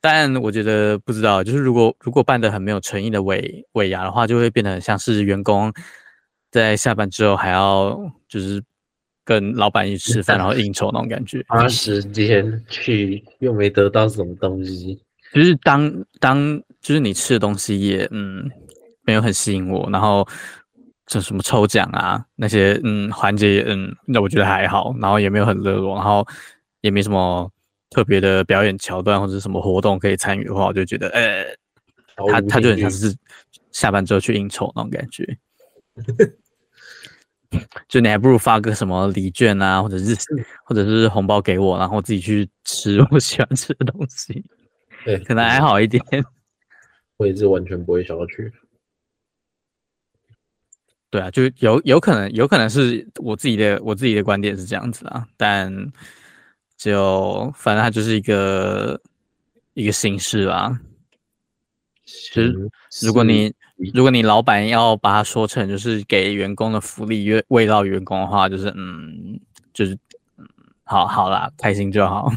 Speaker 1: 但我觉得不知道，就是如果如果办的很没有诚意的尾尾牙的话，就会变得很像是员工在下班之后还要就是跟老板一起吃饭，然后应酬那种感觉。
Speaker 2: 花时间去又没得到什么东西，
Speaker 1: 就是当当就是你吃的东西也嗯没有很吸引我，然后这什么抽奖啊那些嗯环节也嗯那我觉得还好，然后也没有很热络，然后也没什么特别的表演桥段或者是什么活动可以参与的话，我就觉得呃他他就很像
Speaker 2: 想
Speaker 1: 是下班之后去应酬那种感觉。 就你还不如发个什么礼券啊，或者是或者是红包给我，然后我自己去吃我喜欢吃的东西，
Speaker 2: 对，
Speaker 1: 可能还，好一点。
Speaker 2: 我也是完全不会想要去。
Speaker 1: 对啊，就是有有可能，有可能是我自己的我自己的观点是这样子啊，但就反正它就是一个一个形式啦。
Speaker 2: 其
Speaker 1: 实如果你如果你老板要把它说成就是给员工的福利，越慰劳员工的话，就是嗯，就是嗯，好好啦，开心就好。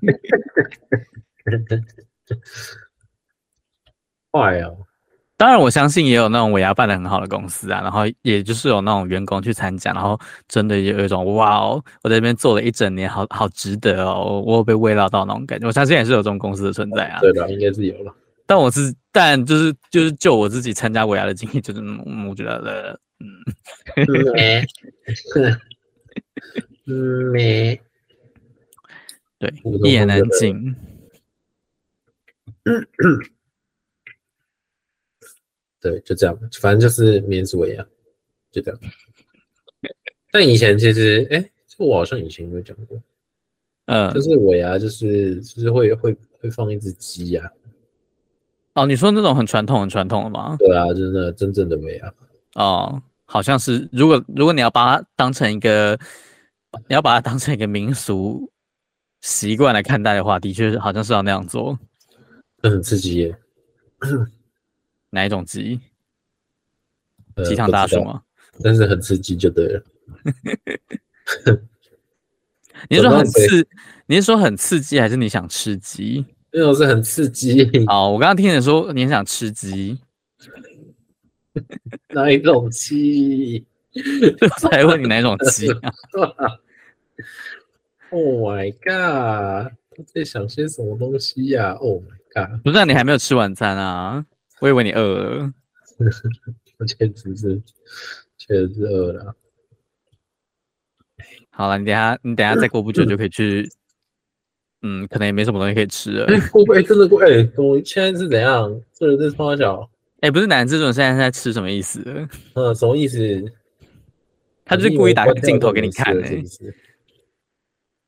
Speaker 2: 坏哦，
Speaker 1: 当然，我相信也有那种尾牙办的很好的公司啊，然后也就是有那种员工去参加，然后真的有一种哇哦，我在这边做了一整年，好好值得哦，我有被慰劳到那种感觉。我相信也是有这种公司的存在啊。
Speaker 2: 对的，应该是有了。
Speaker 1: 但我是，但就是就是就我自己参加尾牙的经历，就是嗯我觉得呃嗯，
Speaker 2: 没，没，
Speaker 1: 对
Speaker 2: 普，通
Speaker 1: 一言
Speaker 2: 公
Speaker 1: 难
Speaker 2: 司的
Speaker 1: 尽。
Speaker 2: 对，就这样，反正就是民俗一样，啊就这样。 但以前其实，哎、这我好像以前有讲过，
Speaker 1: 嗯
Speaker 2: 就，是尾牙，就是就是会会会放一只鸡啊呀、
Speaker 1: 哦，你说那种很传统、很传统的吗？
Speaker 2: 对啊，就是那个真正的尾牙，
Speaker 1: 哦，好像是。如果如果你要把它当成一个，你要把它当成一个民俗习惯来看待的话，的确好像是要那样做。
Speaker 2: 那很刺激耶。
Speaker 1: 哪一种鸡？
Speaker 2: 呃
Speaker 1: 鸡汤大叔？吗？
Speaker 2: 不知道但是很刺激就对了。
Speaker 1: 你是说
Speaker 2: 我
Speaker 1: 很
Speaker 2: 不知道谁
Speaker 1: 刺？你是说很刺激，还是你想吃鸡？
Speaker 2: 那种是很刺激，
Speaker 1: 哦，我刚刚听你说你很想吃鸡，
Speaker 2: 哪一种鸡
Speaker 1: 所以我才问你哪一种鸡啊、
Speaker 2: ？Oh my god！他在想些什么东西呀、o h my god！
Speaker 1: 不是、啊，你还没有吃晚餐啊？我以为你饿了。
Speaker 2: 我确实是，确实是饿了。
Speaker 1: 好了，你等一下，你等一下再过不久就可以去，嗯，可能也没什么东西可以吃了。
Speaker 2: 哎、会不会真的贵？哎、我现在是怎样？这人在发小，
Speaker 1: 哎、不是男制作人现在是在吃什么意思？
Speaker 2: 嗯，什么意思？
Speaker 1: 他就是
Speaker 2: 你以
Speaker 1: 故意
Speaker 2: 为
Speaker 1: 打
Speaker 2: 关
Speaker 1: 开
Speaker 2: 掉
Speaker 1: 镜
Speaker 2: 就
Speaker 1: 头给
Speaker 2: 没
Speaker 1: 你
Speaker 2: 事
Speaker 1: 看
Speaker 2: 了
Speaker 1: 哎、
Speaker 2: 是不是？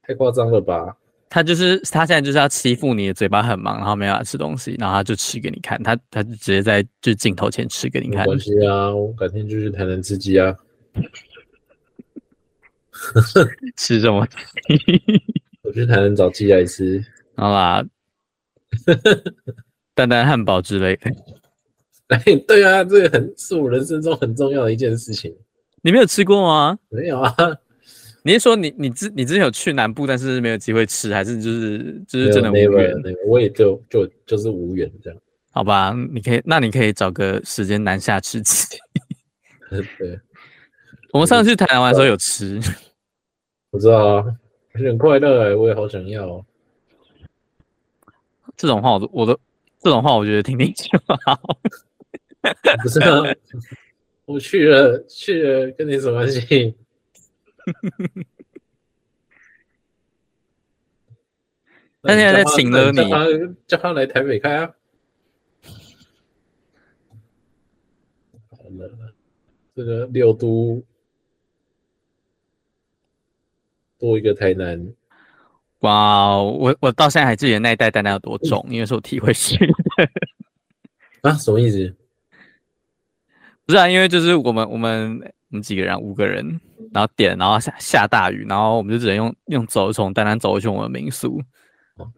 Speaker 2: 太夸张了吧？
Speaker 1: 他就是他现在就是要欺负你的嘴巴很忙，然后没有办法吃东西，然后他就吃给你看，他他就直接在就镜头前吃给你
Speaker 2: 没
Speaker 1: 看。
Speaker 2: 关系啊，我改天就去台南吃鸡啊。
Speaker 1: 吃什么？
Speaker 2: 我去台南找鸡来吃。
Speaker 1: 好啦，蛋蛋汉堡之类的。
Speaker 2: 哎，对啊，这个很是我人生中很重要的一件事情。
Speaker 1: 你没有吃过吗？
Speaker 2: 没有啊，
Speaker 1: 你是说你你之你之前有去南部，但是没有机会吃，还是就是就是真的无
Speaker 2: 没有
Speaker 1: 缘
Speaker 2: never？never，我也就就就是无缘这样。
Speaker 1: 好吧，你可以，那你可以找个时间南下吃鸡。
Speaker 2: 对，
Speaker 1: 我们上次去台南玩的时候有吃，
Speaker 2: 我知道啊，而且很快乐哎、我也好想要哦、
Speaker 1: 这种话我都我都这种话我觉得听听就好。
Speaker 2: 不是啊， 我去了去了，跟你什么关 系？
Speaker 1: 那现在在请了
Speaker 2: 那
Speaker 1: 你
Speaker 2: 叫他叫他来台北开啊！好了，这个六都多一个台南，
Speaker 1: 哇哦，我我到现在还记得那一袋蛋蛋有多重，因为是我提回去。
Speaker 2: 啊，什么意思？
Speaker 1: 不是啊，因为就是我们我们我们几个人啊五个人，然后点，然后下下大雨，然后我们就只能用用走从丹丹走回去我们民宿
Speaker 2: 哦。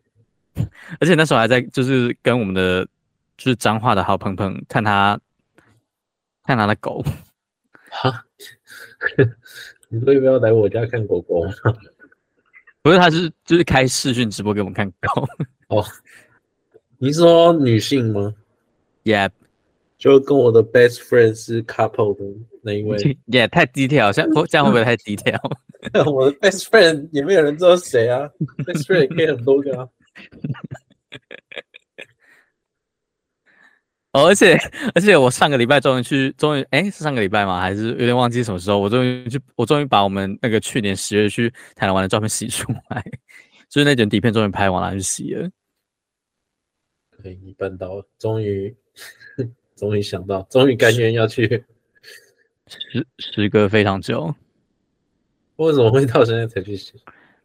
Speaker 1: 而且那时候还在就是跟我们的就是彰化的好朋朋看他看他的狗，
Speaker 2: 哈， 你不要来我家看狗狗吗？
Speaker 1: 不是他是就是开视讯直播给我们看狗
Speaker 2: 你是说女性吗？
Speaker 1: ，yeah
Speaker 2: 就跟我的 best friend 是 couple 的那一位，
Speaker 1: yeah 太低调，这样会这样会不会太低调？
Speaker 2: 我的 best friend 也没有人知道是谁啊，best friend 也可以很多个啊。
Speaker 1: 哦，而且而且我上个礼拜终于去，终于哎是上个礼拜吗？还是有点忘记什么时候？我终于去，我终于把我们那个去年十月去台南玩的照片洗出来，就是那卷底片终于拍完了，就洗了。
Speaker 2: 可以，你办到了，终于， 终于想到，终于甘愿要去。
Speaker 1: 时时隔非常久，
Speaker 2: 为什么会到现在才去写？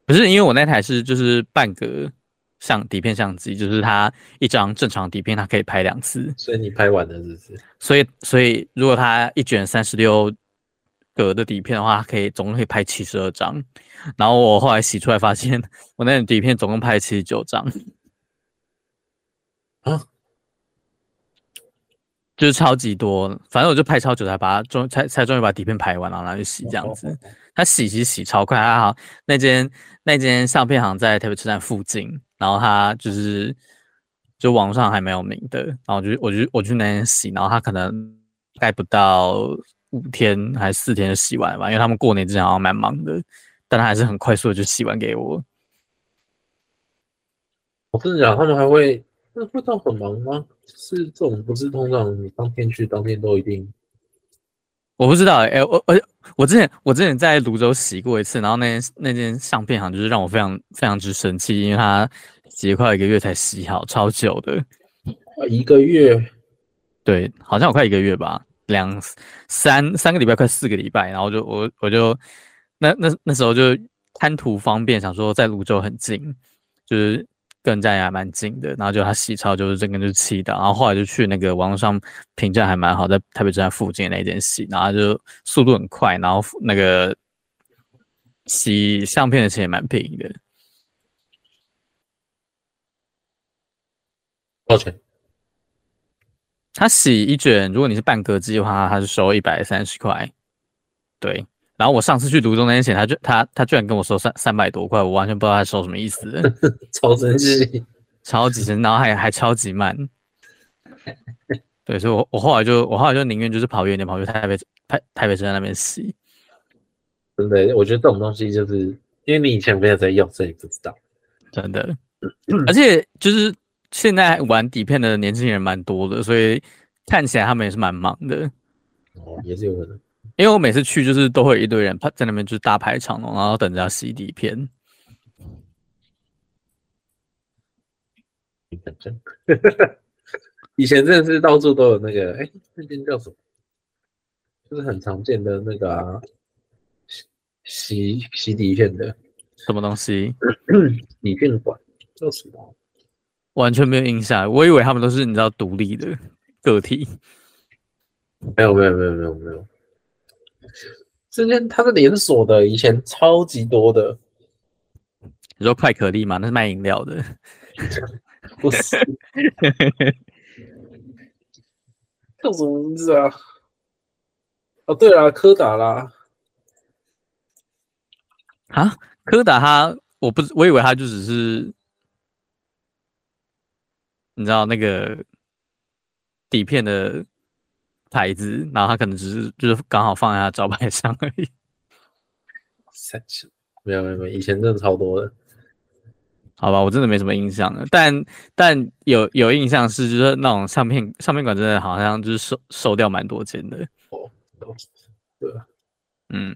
Speaker 1: 不是因为我那台是就是半个相底片相机，就是它一张正常底片它可以拍两次，
Speaker 2: 所以你拍完了是不是？
Speaker 1: 所以所以如果它一卷三十六格的底片的话，它可以总共可以拍七十二张。然后我后来洗出来发现，我那卷底片总共拍七十九张，
Speaker 2: 啊，
Speaker 1: 就是超级多。反正我就拍超久才把它终才才终于把底片拍完，然后拿去洗这
Speaker 2: 哦
Speaker 1: 样子。它洗洗洗超快，它好那间那间相片行在台北车站附近，然后它就是就网上还蛮有名的，然后我就我就我去那边洗，然后它可能大概不到五天还是四天就洗完吧，因为他们过年之前好像蛮忙的，但他还是很快速的就洗完给我。
Speaker 2: 我跟你讲，他们还会，那会到很忙吗？就是这种不是通常你当天去，当天都一定
Speaker 1: 我不知道、欸，哎、我而且我之前我之前在泸州洗过一次，然后那间那间相片行就是让我非常非常之生气，因为它洗了快一个月才洗好，超久的。
Speaker 2: 啊一个月
Speaker 1: 对，好像有快一个月吧，两三三个礼拜，快四个礼拜，然后就我我就那那那时候就贪图方便，想说在泸州很近，就是跟站也还蛮近的，然后就他洗超就是整个就气到，然后后来就去那个网络上评价还蛮好，在台北车站附近的那间洗，然后就速度很快，然后那个洗相片的钱也蛮便宜的，
Speaker 2: 多少钱？
Speaker 1: 他洗一卷，如果你是半格机的话，他是收一百三十块。对，然后我上次去泸州那间写，他就他他居然跟我收三三百多块，我完全不知道他收什么意思，
Speaker 2: 超生气！
Speaker 1: 超级神，然后还还超级慢。对，所以我我后来就我后来就宁愿就是跑远点，跑去台北台台北车站那边洗。
Speaker 2: 真的，我觉得这种东西就是因为你以前没有在用，所以不知道。
Speaker 1: 真的，而且就是现在玩底片的年轻人蛮多的，所以看起来他们也是蛮忙的。
Speaker 2: 哦，也是有可能。
Speaker 1: 因为我每次去就是都会有一堆人趴在那边就是大排长龙，然后等着要洗底片。
Speaker 2: 你等等， 以前真的是到处都有那个，哎、那间叫什么？就是很常见的那个啊，洗洗洗底片的
Speaker 1: 什么东西
Speaker 2: 底片馆叫什么？
Speaker 1: 完全没有印象，我以为他们都是你知道独立的个体。
Speaker 2: 没有没有没有没有没有，之前它是连锁的，以前超级多的，
Speaker 1: 你说快可丽嘛，那是卖饮料的。
Speaker 2: 不 是叫什么名字啊？哦，对啊，柯达啦，
Speaker 1: 啊，柯达他，我不知，我以为他就只是，你知道那个底片的牌子，然后他可能只是就是刚好放在他招牌上而已，
Speaker 2: 三千，没有没有没有，以前真的超多的。
Speaker 1: 好吧，我真的没什么印象了，但但有有印象是就是那种唱片唱片馆真的好像就是收收掉蛮多间的，嗯，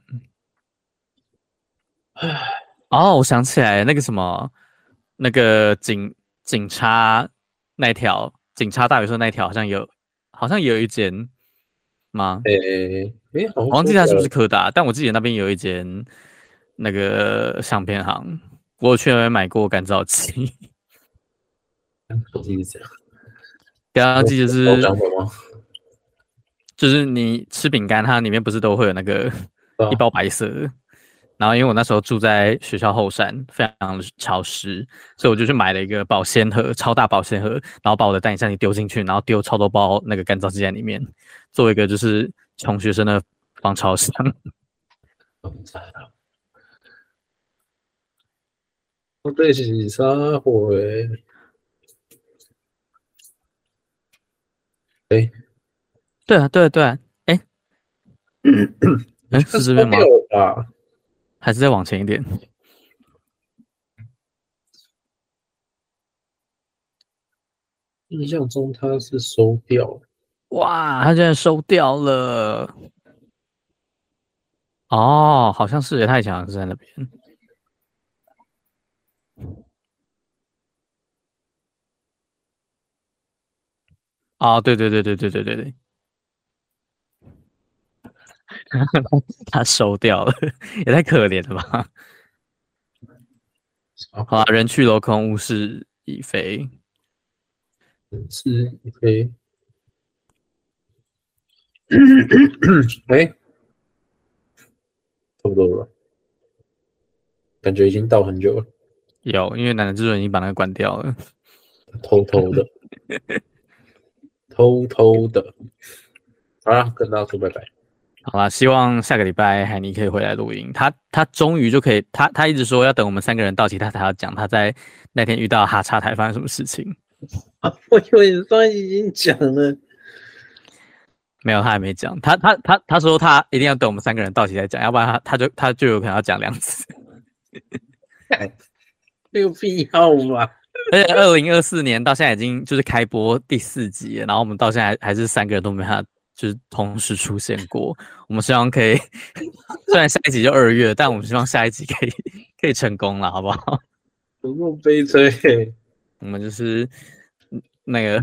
Speaker 1: 哦，我想起来那个什么，那个警警察那条警察大学生那条好像有，好像也有一间吗？
Speaker 2: 诶、诶，好像
Speaker 1: 我忘记它是不
Speaker 2: 说
Speaker 1: 是柯达，但我记得那边有一间那个相片行，我有去那边买过干燥 剂，
Speaker 2: 过了手机是这样，
Speaker 1: 干燥剂就
Speaker 2: 我
Speaker 1: 是
Speaker 2: 讲什么？
Speaker 1: 就是你吃饼干，它里面不是都会有那个
Speaker 2: 对啊
Speaker 1: 一包白色的。然后因为我那时候住在学校后山，非常的潮湿，所以我就去买了一个保鲜盒，超大保鲜盒，然后把我的单眼相机丢进去，然后丢超多包那个干燥剂在里面，做一个就是穷学生的防潮箱。
Speaker 2: 我哦对是啥货诶？诶，
Speaker 1: 对啊，对啊，对啊， 哎，哎，是这边吗
Speaker 2: 没？有吧？
Speaker 1: 还是再往前一点？
Speaker 2: 印象中它是收掉了，
Speaker 1: 哇，他竟然收掉了！哦，好像是耶，他以前好像是在那边。啊，对对对对对对对对。 他收掉了，也太可怜了吧！好啊，人去楼空，物是已非。
Speaker 2: 是，OK。哎，差不多了，感觉已经到很久了，
Speaker 1: 有，因为奶奶之轮已经把那个关掉了。
Speaker 2: 偷偷 的，偷偷的。好啦，跟大家说拜拜。
Speaker 1: 好啦，希望下个礼拜海尼可以回来录音。他他终于就可以，他他一直说要等我们三个人到齐，他才要讲他在那天遇到哈叉台发生什么事情。
Speaker 2: 啊，我以为你刚已经讲了。
Speaker 1: 没有，他还没讲。他他他他说他一定要等我们三个人到齐再讲，要不然他他就他就有可能要讲两次。
Speaker 2: 没有必要嘛。
Speaker 1: 而且二零二四年到现在已经就是开播第四集了，然后我们到现在还是三个人都没有他就是同时出现过。 我们希望可以， 虽然下一集就二月，但我们希望下一集可以可以成功了，好不好？
Speaker 2: 不够悲催、
Speaker 1: 我们就是嗯那个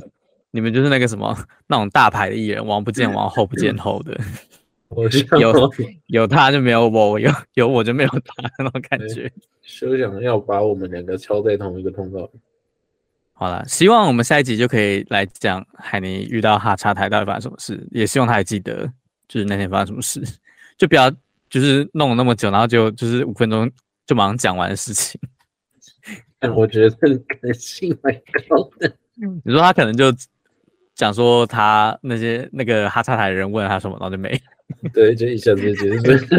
Speaker 1: 你们就是那个什么那种大牌的艺人，王不见王，后不见后的，
Speaker 2: 我是
Speaker 1: 有有他就没有我，有有我就没有他那种感觉。
Speaker 2: 休想要把我们两个敲在同一个通道里。
Speaker 1: 好了，希望我们下一集就可以来讲海尼遇到哈叉台到底发生什么事，也希望他还记得就是那天发生什么事，就不要就是弄了那么久，然后就就是五分钟就马上讲完的事情。
Speaker 2: 但我觉得这个可能性蛮高的。
Speaker 1: 你说他可能就讲说他那些那个哈叉台的人问他什么，然后就没了。
Speaker 2: 对，就一下子就结束，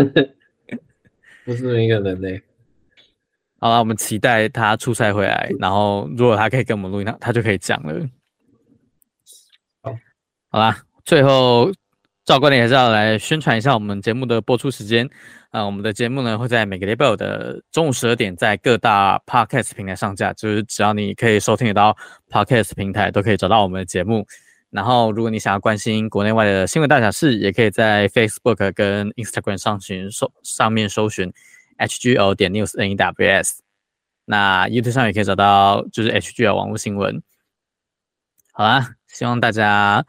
Speaker 2: 不是每个人呢、
Speaker 1: 好了，我们期待他出差回来，然后如果他可以跟我们录音，他他就可以讲了。
Speaker 2: 好，
Speaker 1: 好啦，最后赵冠霖还是要来宣传一下我们节目的播出时间。啊、我们的节目呢会在每个礼拜五的中午十二点在各大 podcast 平台上架，就是只要你可以收听得到 podcast 平台，都可以找到我们的节目。然后，如果你想要关心国内外的新闻大小事，也可以在 Facebook 跟 Instagram 上寻搜上面搜寻 HGL 点 news n e w s。那 YouTube 上也可以找到就是 HGL 网络新闻。好啦，希望大家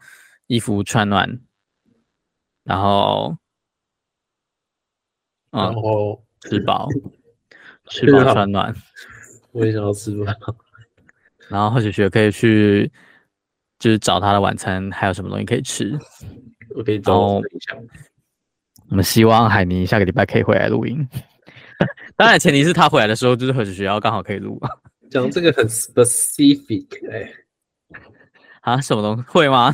Speaker 1: 衣服穿暖，然后，
Speaker 2: 然
Speaker 1: 嗯，
Speaker 2: 后
Speaker 1: 吃饱，吃
Speaker 2: 吃
Speaker 1: 饱
Speaker 2: 好
Speaker 1: 穿暖。
Speaker 2: 我也想要吃饭，
Speaker 1: 然后或许学可以去，就是找他的晚餐还有什么东西可以吃。
Speaker 2: 我可以找我
Speaker 1: 哦
Speaker 2: 吃一下。
Speaker 1: 我们希望海尼下个礼拜可以回来录音， 当然前提是他回来的时候就是何止学校刚好可以录
Speaker 2: 讲这个很 specific 哎、
Speaker 1: 啊，什么东西会吗？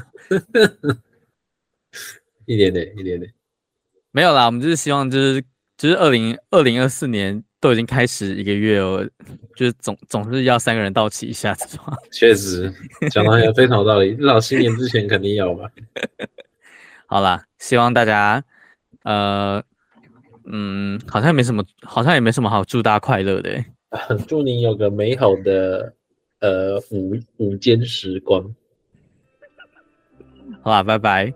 Speaker 2: 一点点，一点点。
Speaker 1: 没有啦，我们就是希望就是就是二零二零二四年都已经开始一个月了，就是总总是要三个人到齐一下子嘛。
Speaker 2: 确实，讲的也非常有道理。至少新年之前肯定要吧。
Speaker 1: 好啦，希望大家呃嗯，好像没什么，好像也没什么好祝大家快乐的欸、
Speaker 2: 祝您有个美好的呃午午间时光。
Speaker 1: 好啦，拜拜。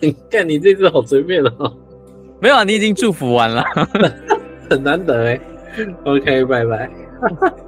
Speaker 2: 你看你这次好随便哦，
Speaker 1: 没有啊，你已经祝福完了。
Speaker 2: 很难得哎、OK，拜拜。